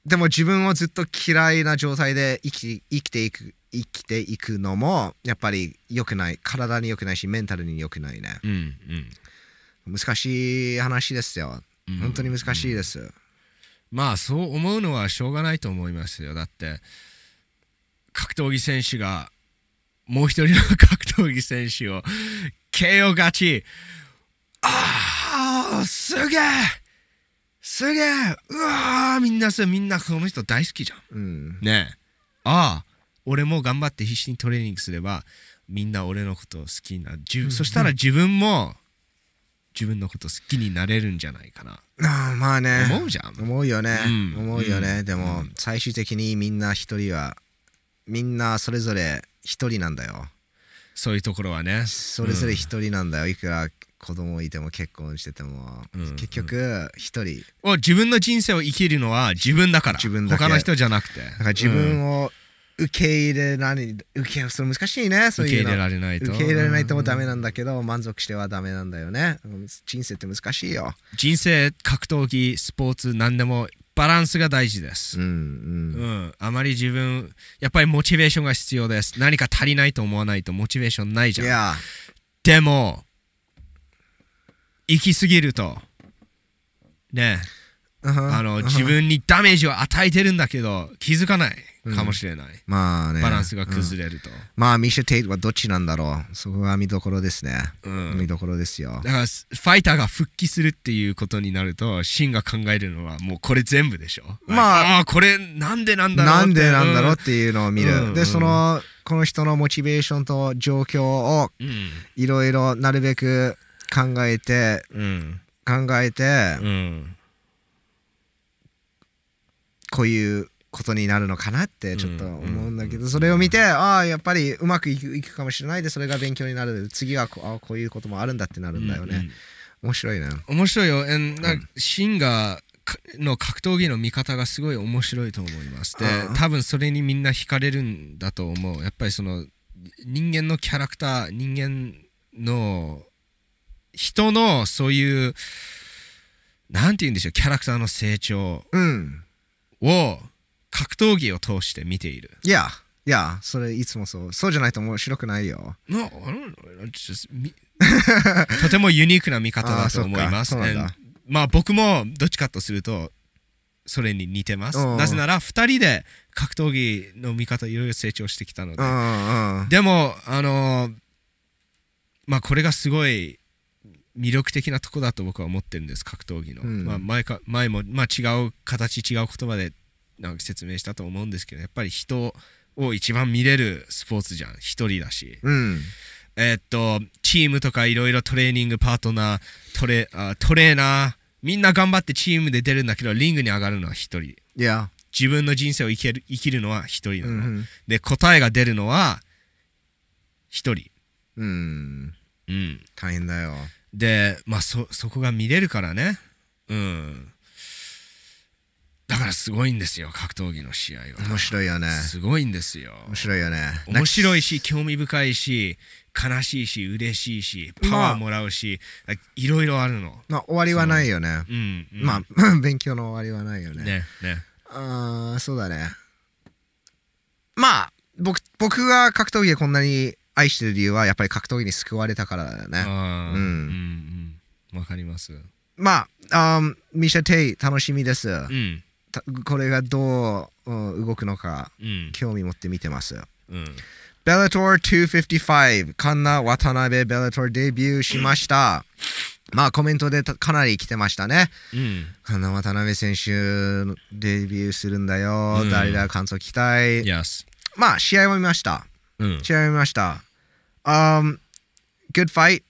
でも自分をずっと嫌いな状態で生き生きていく生きていくのもやっぱり良くない体に良くないしメンタルに良くないねうん難しい話ですようんうん本当に難しいです、まあそう思うのはしょうがないと思いますよだって格闘技選手がもう一人の格闘技選手を KO 勝ちああすげえすげえうわーみんなそうみんなこの人大好きじゃんうんねえああ俺も頑張って必死にトレーニングすればみんな俺のことを好きになる、じゅそしたら自分も自分のこと好きになれるんじゃないかなああまあね思うじゃん思うよね、うん思うよね、うんでも、最終的にみんな一人はみんなそれぞれ一人なんだよそういうところはねそれぞれ一人なんだよ、いくら子供いても結婚してても、うん結局一人を自分の人生を生きるのは自分だから自分だけ他の人じゃなくてだだから自分を受け入れられ受けそれ難しいねそう受けいう入れのられないと受け入れられないともダメなんだけど、満足してはダメなんだよねうん人生って難しいよ人生格闘技スポーツ何でもバランスが大事です、うんううんん、あまり自分やっぱりモチベーションが必要です何か足りないと思わないとモチベーションないじいゃんやでも行き過ぎるとねああの自分にダメージを与えてるんだけど気づかないかもしれない、まあねバランスがうん崩れると、まあミシェ・テイトはどっちなんだろうそこが見どころですね、うん見どころですよだからファイターが復帰するっていうことになるとシンが考えるのはもうこれ全部でしょまああーこれなんでなんだろうなってんでなんだろうっていうのを見る、うんうでんそのこの人のモチベーションと状況をうんいろいろなるべく考えてうん考えてうんこういうことになるのかなってちょっと思うんだけどそれを見てああやっぱりうまくいくいくかもしれないでそれが勉強になる次はこうあこういうこともあるんだってなるんだよね、面白いね面白いよ、えんなんかシンがかの格闘技の見方がすごい面白いと思いますであー多分それにみんな惹かれるんだと思うやっぱりその人間のキャラクター人間の人のそういうなんて言うんでしょうキャラクターの成長うんを格闘技を通して見ている。いやいやそれいつもそうそうじゃないと面白く ないよ No, I don't know. It's just me- とてもユニークな見方だと思います。あーそっかそうなん And だまあ僕もどっちかとするとそれに似てます。うんなぜなら2人で格闘技の見方いろいろ成長してきたのうで。んうんでも、あのーまあこれがすごい魅力的なとこだと僕は思ってるんです、格闘技の。うんまあ前か前も、まあ、違う形、違う言葉でなんか説明したと思うんですけど、やっぱり人を一番見れるスポーツじゃん、一人だし。うんえーっと、チームとかいろいろトレーニングパートナー、トレあトレーナー、みんな頑張ってチームで出るんだけど、リングに上がるのは一人。いや自分の人生を生きる生きるのは一人うなの。んで、答えが出るのは一人。うんうん、大変だよでまあそそこが見れるからねうんだからすごいんですよ格闘技の試合面白いよねはすごいんですよ面白いよね面白いいし興味深いし悲しいし嬉しいしパワーもらうし、いろいろあるのまあ終わりはないよねうん、うんまあ 勉強の終わりはないよねねねあーそうだねまあ僕僕が格闘技でこんなに愛してる理由はやっぱり格闘技に救われたからだよねあーうんうんうんわかりますまああーミシャ・テイ楽しみですうんたこれがどう、うん動くのかうん興味持って見てますうんベラトー255、カンナ渡辺ベラトーデビューしました。まあコメントでたかなり来てましたね。うん。カンナ渡辺選手デビューするんだよ。うん誰だ感想期待。 Yes. まあ試合を見ました。うん。試合を見ました。Um, good fight.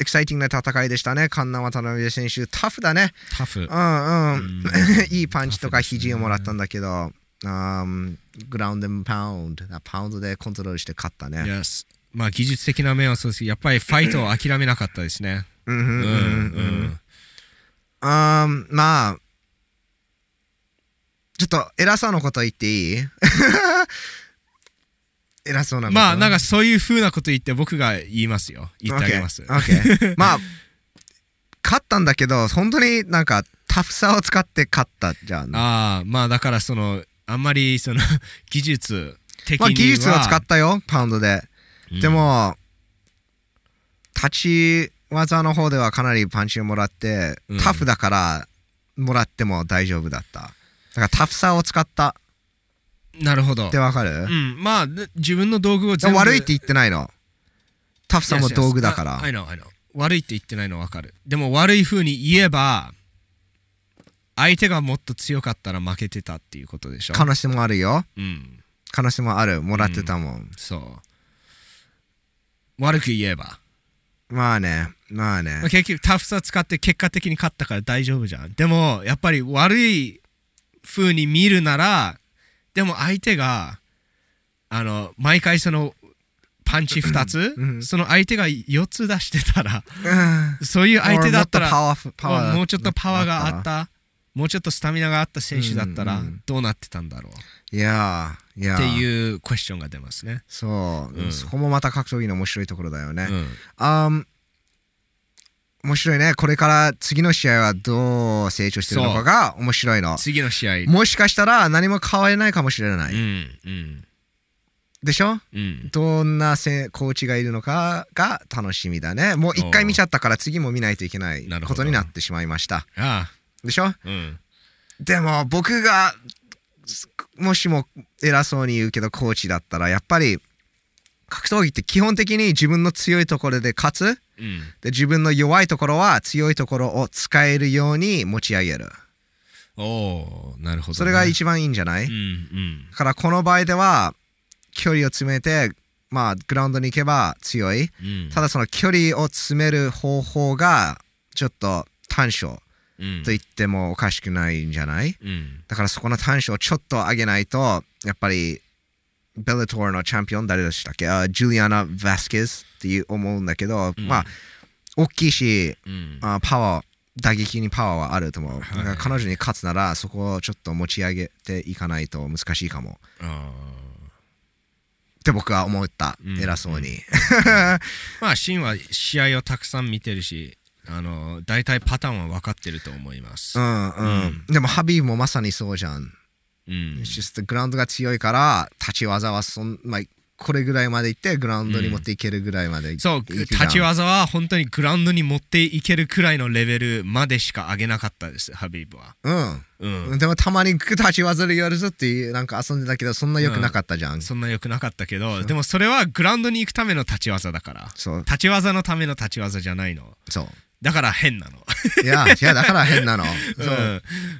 エキサイティングな戦いでしたね。カンナ渡辺選手、タフだね。タフう。んうんん、いいパンチとか肘をもらったんだけど、うんグラウンドパウンド、パウンドでコントロールして勝ったね。 Yes. まあ技術的な面はそうですけど、やっぱりファイトを諦めなかったですね。うんうんうんううんん。うんうんまあ、ちょっと偉そうなこと言っていい 偉そうなことまあなんかそういうふうなこと言って僕が言いますよ。言ってあげます。オッケーオッケーまあ、勝ったんだけど、本当になんかタフさを使って勝ったじゃん。まああ、まあだからその、あんまりその 技術的には。あ、技術を使ったよ、パウンドで。うんで、も、立ち技の方ではかなりパンチをもらって、うんタフだからもらっても大丈夫だった。だからタフさを使ったなるほどって。わかる、うん、まあで自分の道具をで全も部悪いって言ってないの。タフさも Yes, yes. 道具だから。 I know, I know. 悪いって言ってないの分かる。でも悪い風に言えば、相手がもっと強かったら負けてたっていうことでしょ。可能性もあるよ。うん、可能性もある。もらってたもん。そう。悪く言えば。まあね、まあねまあ。結局タフさ使って結果的に勝ったから大丈夫じゃんでもやっぱり悪い風に見るならでも相手があの毎回そのパンチ2つ、うんその相手が4つ出してたらうんそういう 相手だ ったらもっとパワーパワーもうちょっとパワーがあったもうちょっとスタミナがあった選手だったうらんうんどうなってたんだろう、いやー、いやー。っていうクエスチョンが出ますね。そう、うんそこもまた格闘技の面白いところだよね。うんあん面白いねこれから次の試合はどう成長してるのかが面白いの次の試合、うんもしかしたら何も変われないかもしれない、うんでしょうん、どんなせコーチがいるのかが楽しみだねもう一回見ちゃったから次も見ないといけないなるこほどとになってしまいましたあでしょあ、うん、でも僕がすもしも偉そうに言うけどコーチだったらやっぱり格闘技って基本的に自分の強いところで勝つ、うんで自分の弱いところは強いところを使えるように持ち上げるおおなるほど、ね、それが一番いいんじゃない、うんうんだからこの場合では距離を詰めてまあグラウンドに行けば強いうんただその距離を詰める方法がちょっと短所うんと言ってもおかしくないんじゃないうんだからそこの短所をちょっと上げないとやっぱりベルトーのチャンピオン誰でしたっけあジュリアナ・ヴァスケスっていう思うんだけど、うんまあ大きいしうんあパワー打撃にパワーはあると思う、はいだから彼女に勝つならそこをちょっと持ち上げていかないと難しいかもあって僕は思った、うん偉そうに、ーまあシンは試合をたくさん見てるしあの大体パターンは分かってると思いますう、んうん、でもハビーもまさにそうじゃん、うん、 It's just グラウンドが強いから立ち技はそん、まあ、これぐらいまで行ってグラウンドに持っていけるぐらいまで行く、そう行くじゃん立ち技は本当にグラウンドに持っていけるくらいのレベルまでしか上げなかったですハビーブはうんうん、でもたまに立ち技でやるぞっていうなんか遊んでたけどそんな良くなかったじゃん、そんな良くなかったけどでもそれはグラウンドに行くための立ち技だからそう立ち技のための立ち技じゃないのそうだから変なのいやいやだから変なのそう、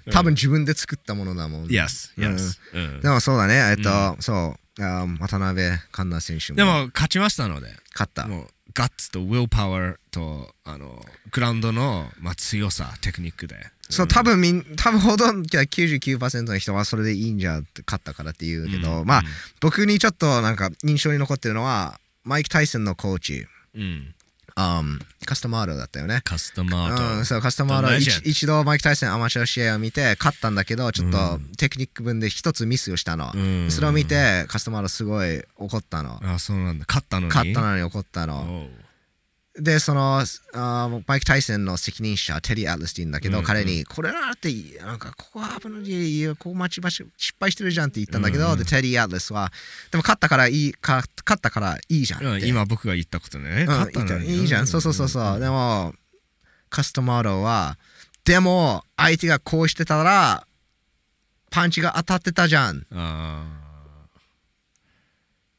うん多分自分で作ったものだもん、 Yes, うん yes、うんでもそうだね、えっと、そう、あー渡辺環奈選手でもも勝ちましたので勝った。もうガッツとウィルパワーとあのグラウンドの、まあ、強さテクニックでそう、多分みん、多分ほとんど99%の人はそれでいいんじゃって勝ったからって言うけど、うんまあ、僕にちょっとなんか印象に残ってるのは、マイク・タイソンのコーチ、うん、あーカスタマーロだったよね。カスタマうーん、とそうカスタマーロ The legend 一一度マイク・タイソンアマチュア試合を見て勝ったんだけどちょっとテクニック分で一つミスをしたの、うんそれを見てカスタマーロすごい怒ったの、あそうなんだ勝ったのに勝ったのに怒ったの、おうで、その、あーマイク・タイソンの責任者、テリー・アトラスティンだけど、うん彼に、これだって、なんか、ここは危ないよ、ここ待ち場所失敗してるじゃんって言ったんだけど、で、テリー・アトラスは、でも勝ったからいい、か勝ったからいいじゃんって。うん今僕が言ったことね、うん勝ったのいいにじゃんいいじゃん、そうそうそうそう。でも、カスタマーロは、でも、相手がこうしてたら、パンチが当たってたじゃん。あー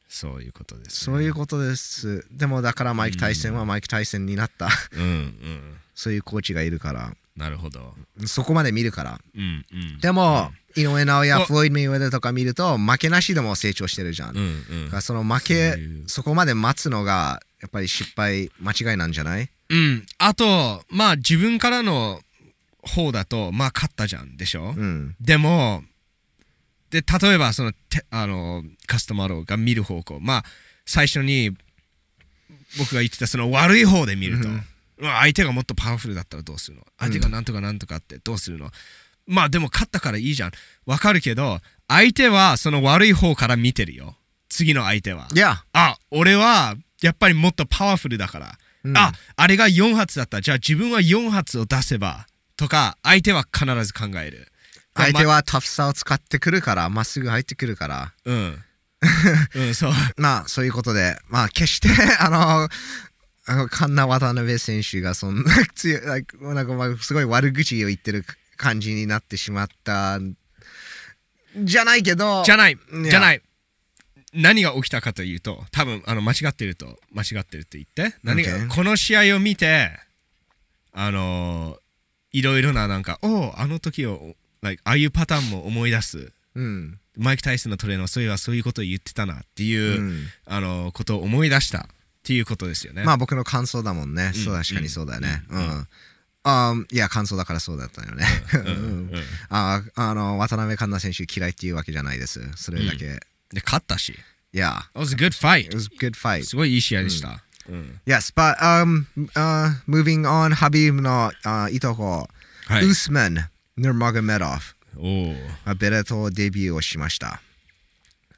そういうことです、そういうことです。でもだからマイク・タイセンはマイク・タイセンになった。 うんうんそういうコーチがいるから。なるほどそこまで見るから。うんうんでも、井上尚弥、おフロイド・メイウェザーとか見ると、負けなしでも成長してるじゃん。うだんうんからその負けそういうそこまで待つのが、やっぱり失敗、間違いなんじゃないうんあとまあ自分からの方だとまあ勝ったじゃんでしょ、うん。でもで例えばそのてあのカスタマーローが見る方向まあ最初に僕が言ってたその悪い方で見ると、うわ相手がもっとパワフルだったらどうするの相手がなんとかなんとかってどうするの、まあでも勝ったからいいじゃんわかるけど相手はその悪い方から見てるよ次の相手はいや、あ俺はやっぱりもっとパワフルだから、うんああれが4発だったじゃあ自分は4発を出せばとか相手は必ず考える相手は、はタフさを使ってくるから、まっすぐ入ってくるから。うん うんそうまあ、そういうことで、まあ、決して、 あの、あのカンナ渡辺選手がそんな強い、なんかなんかまあ、すごい悪口を言ってる感じになってしまった、じゃないけど、じゃないいやじゃない何が起きたかというと多分あの間違ってると間違ってるって言って何が、 Okay この試合を見てあのーいろいろななんかおうあの時を like ああいうパターンも思い出すうん。マイク・タイスのトレーナーそういえばそういうことを言ってたなってういう、ん。あのことを思い出したっていうことですよね。まあ、僕の感想だもんね。うんそう、確かにそうだよね。ううんん。あーいや、感想だから そうだったよね。うんうんうんあーあの、渡辺カンナ選手嫌いっていうわけじゃないです。それだけ。で勝ったし、いや、 That was a good fight. it was a good fight. すごいいい試合でした。うん。 Yes, but um, uh, moving on, Habib の、uh, いとこ、はい。ウスマン・ヌルマグメドフ、おお。あベラトーデビューをしました。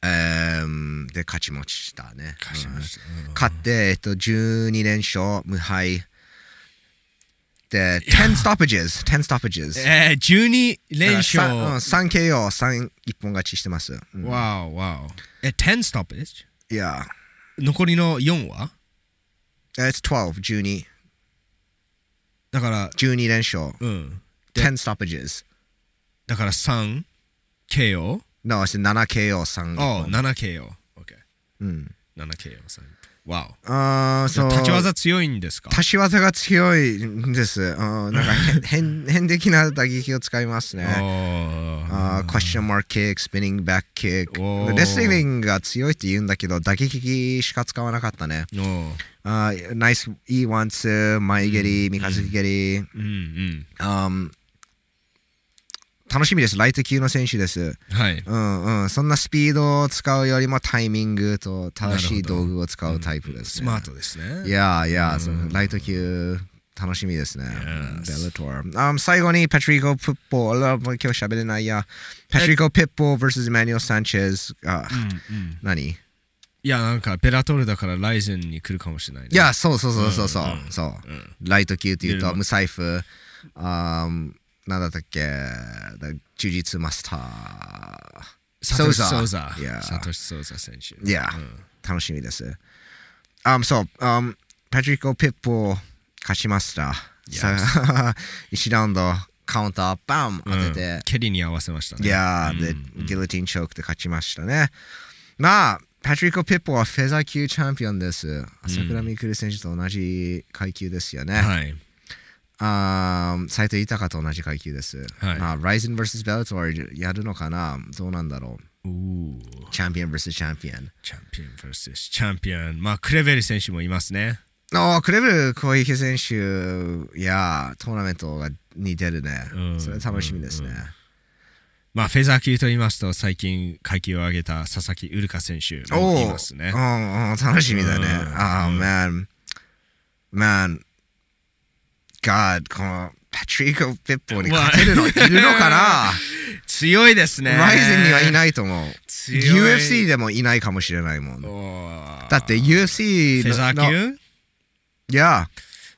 えーで、勝ちましたね。勝ちましたうん勝って、えっと、12連勝、無敗。で、10 stoppages, 10 stoppages. えー、12連勝。 3 KO、3一本勝ちしてます。うんわおわお。え、10ストップですいや、残りの4は it's 12, 12, だから、 12連勝、うん。 10 stoppages. だから 3KO? No, it's 7 KO、3一お本。 7KO。OK。うん。 7KO、3。わあーお。じゃそあう立ち技強いんですか足し技が強いんです。うんなんか 変変変的な打撃を使いますおね。ーあークエスチョンマークキック、スピニングバックキッおーク。レスリングが強いって言うんだけど、打撃しか使わなかったね。おー。あーナイス、いいワンツー、前蹴り、三日月蹴り。うんうん。うん楽しみです。ライト級の選手です。はい。うんうん。そんなスピードを使うよりもタイミングと正しいなるほど道具を使うタイプですスね。マートですね。いやーいやー、そのライト級楽しみですね。ベ Yes ルトー。Um, 最後にパトリコ・ピッポー、あらもう今日喋れないや。パトリコ・ピッポー vs マニュエル・サンチェズ。あ、うんうん。何いいや、なんか、ベラトールだからライゼンに来るかもしれないね。、や、そうそうそうそうそう。うんそううんライト級っていういろいと、ろ無財布、あーなんだったっけ、だ柔術マスター。サトシ・ソソーウザザ。いやサトシ・ソーザ選手。いや、楽しみです。Um, そう、um, パトリコ・ピッポー勝ちました。 Yes さ1ラウンドカウンターバン当うんてて、ケリーに合わせましたね。いやー、で、ギルティンチョークで勝ちましたね。まあ、パトリコ・ピッポはフェザー級チャンピオンです。朝倉未来選手と同じ階級ですよね。はい。あー斉藤豊と同じ階級です。はいまあ、ライゼン vs ベルトーやるのかなどうなんだろおーうチャンピオン vs チャンピオン。チャンピオン vs チャンピオン。まあ、クレベル選手もいますね。あークレベル小池選手いやートーナメントがに出るねうん。それ楽しみですね。まあ、フェザー級と言いますと、最近階級を上げた佐々木ウルカ選手もいおおますねう。んうん、楽しみだね。うんああ、man。man。God、このパトリコ・ピッポーに勝てるのいるのかな強いです ね。ライゼンにはいい。ないと思う。強い UFC でもいないかもしれないもん。だだって UFC フェザーの。級いや、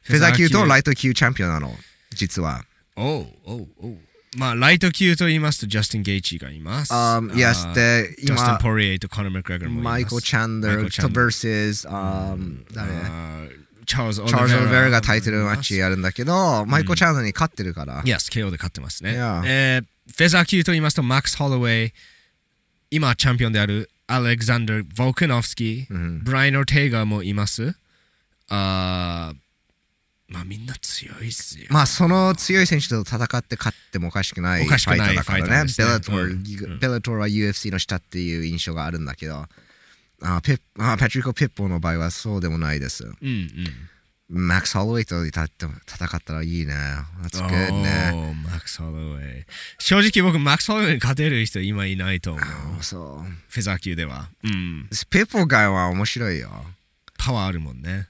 フェザー級とイライト級チャンピオンなの、実は。おうおうおうまあライト級と言いますとジャスティン・ゲイチーがいます。あー Yes、で、ジャスティン・今、ポリエイとコナー・マクレガーもいます。マイコル・チャンダマイコールチとャンダー versus、um 誰あーチャールズ・オチャールズ・オルベルがタタイトルマッチ。やるんだけど、マイコル・チャンダーに勝ってるから。 Yes、KO で勝ってますね。 Yeah えーフェザー級と言いますとマックス・ホロウェイ、今チャンピオンであるアレクサンダー・ヴォクノフスキー、うんブライン・オルテガもいます。あーまあみんな強いっすよ。まあその強い選手と戦って勝ってもおかしくないおかしくないファイターだフかァイタらーねですベねラトうんルベラトルは UFC の下っていう印象があるんだけどあペッあパトリコ・ピッポーの場合はそうでもないですうんうん。マックス・ハロウェイと戦っても戦ったらいいね That's good ねおーマックス・ホロウェイ。正直僕、マックス・ホロウェイに勝てる人今いないと思う。あそフェザー級では。うん。うピッポーがは面白いよパワーあるもんね。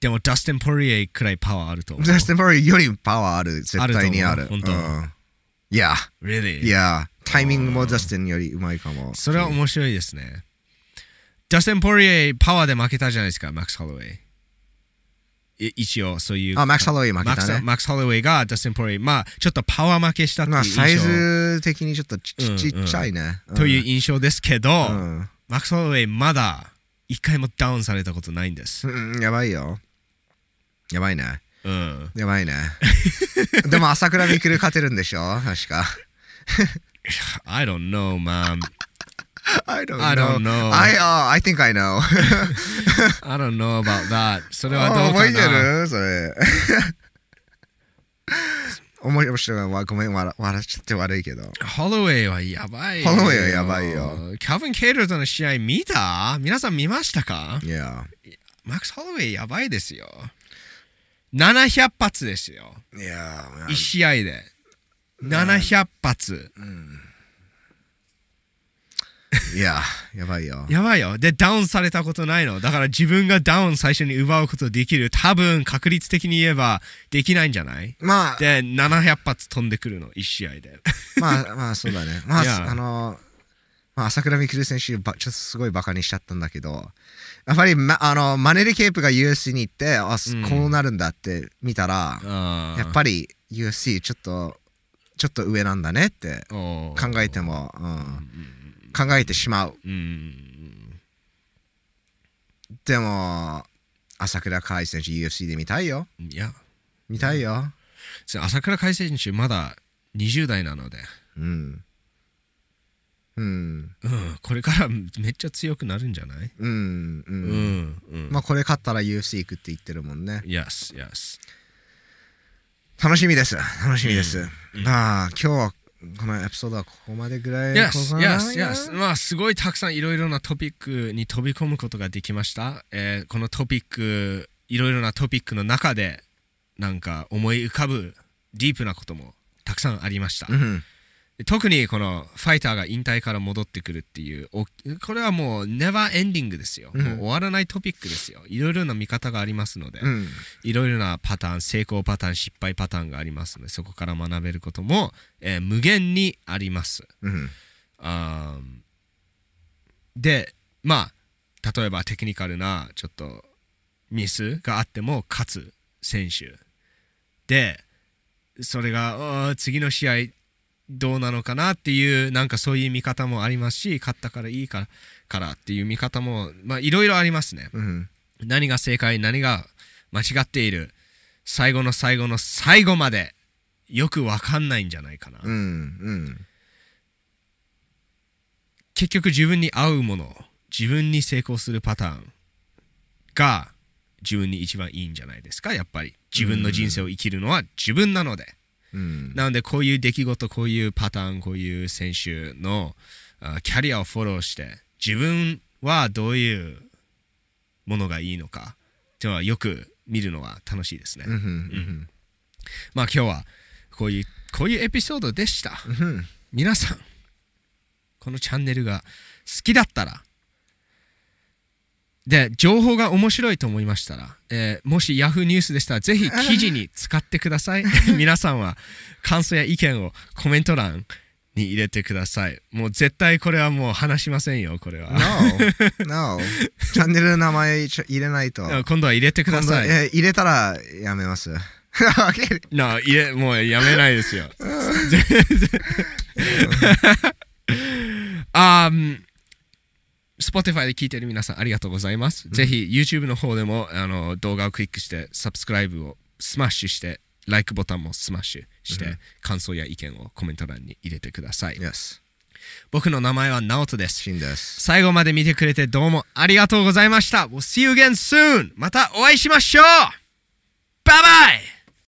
でも、ダスティン・ポリエくらいパワーあると思う。ダスティン・バリーよりパワーある絶対にあるあると思う本いや Really? いやタイミングもダスティンよりうまいかもそれは面白いですね。ダスティン・ポリエパワーで負けたじゃないですか、マックス・ホロウェイ。い一応、そういう。あマックス・ハロウェイ負けマックたスねマックス・ホロウェイがダスティン・ポリエ、まあ、ちょっとパワー負けしたっていうまあ印象、サイズ的にちょっとちうんうんちちっちゃいね。という印象ですけど、うん。マックス・ホロウェイまだ一回もダウンされたことないんです。うん。やばいよ。やばいね。うん。やばいね。 でも朝倉未来勝てるんでしょ確か。 I don't know, man. I don't I don't know. I, uh, I think I know. I don't know about that. それは どあう覚かえてなるそれ。 面白い面白いわ。ごめん、笑笑っちゃって悪いけど。ホロウェイはやばいよ。ホロウェイはやばいよ。カヴィン・ケイルとの試合見た皆さん見ましたかいや。マックス・ホロウェイやばいですよ。700発ですよ。いや。 1試合で。700発。いや、やばいよ。やばいよ。で、ダウンされたことないの。だから自分がダウン最初に奪うことできる。多分、確率的に言えばできないんじゃないまあ、で、700発飛んでくるの。1試合 で。まあまあそうだね。まあ、 Yeah. あの、まあ、朝倉未来選手ば、ちょっとすごいバカにしちゃったんだけど、やっぱり、ま、あのマネルケープが USC に行って、あ、すうんこうなるんだって見たら、ややっぱり USC ちょっと、ちょっと上なんだねって考考えても、うん、考えてしまう。うんでも、朝倉海選手 UFC で見たいよ。いや見たいよ。それ朝倉海選手まだ20代なので、うん。うん。うん、これからめっちゃ強くなるんじゃないうん。う。うんんうんまあ、これ勝ったら UFC 行くって言ってるもんね。 Yes yes 楽しみです。楽しみです。まあ、今日は、このエピソードはここまでぐらい Yes ここかな yes yes まあすごいたくさんいろいろなトピックに飛び込むことができました、えーこのトピックいろいろなトピックの中でなんか思い浮かぶディープなこともたくさんありました、うん。で特にこのファイターが引退から戻ってくるっていうおこれはもうネバーエンディングですよ、うんもう終わらないトピックですよいろいろな見方がありますので、うん。いろいろなパターン成功パターン失敗パターンがありますのでそこから学べることも、えー無限にありますうん。あーでまあ例えばテクニカルなちょっとミスがあっても勝つ選手でそれがあー次の試合どうなのかなっていうなんかそういう見方もありますし勝ったからいいからからっていう見方もまあいろいろありますねうん。何が正解何が間違っている最後の最後の最後までよくわかんないんじゃないかな、うん。うん。結局自分に合うもの自分に成功するパターンが自分に一番いいんじゃないですかやっぱり自分の人生を生きるのは自分なので、うん。なのでこういう出来事こういうパターンこういう選手のあキャリアをフォローして自分はどういうものがいいのかっていうのはよく見るのは楽しいですね、うん。うん。まあ今日はこういうこういうエピソードでしたうん。皆さんこのチャンネルが好きだったらで情報が面白いと思いましたら、えーもし Yahoo ニュースでしたらぜひ記事に使ってくださ い皆さんは感想や意見をコメント欄に入れてくださいもう絶対これはもう話しませんよこれは No. No. チャンネルの名前ちょ入れないと。今度は入れてくだ今度さいえ入れたらやめます。なあいえもうやめないですよ。 あー Spotify で聞いてる皆さんありがとうございます。ぜひ YouTube の方でもあの動画をクリックして、サブスクライブをスマッシュして、LIKE ボタンもスマッシュして、感想や意見をコメント欄に入れてください。 yes. 僕の名前はナオトですシンです。最後まで見てくれてどうもありがとうございました We'll see you again soon またお会いしましょうバイバイ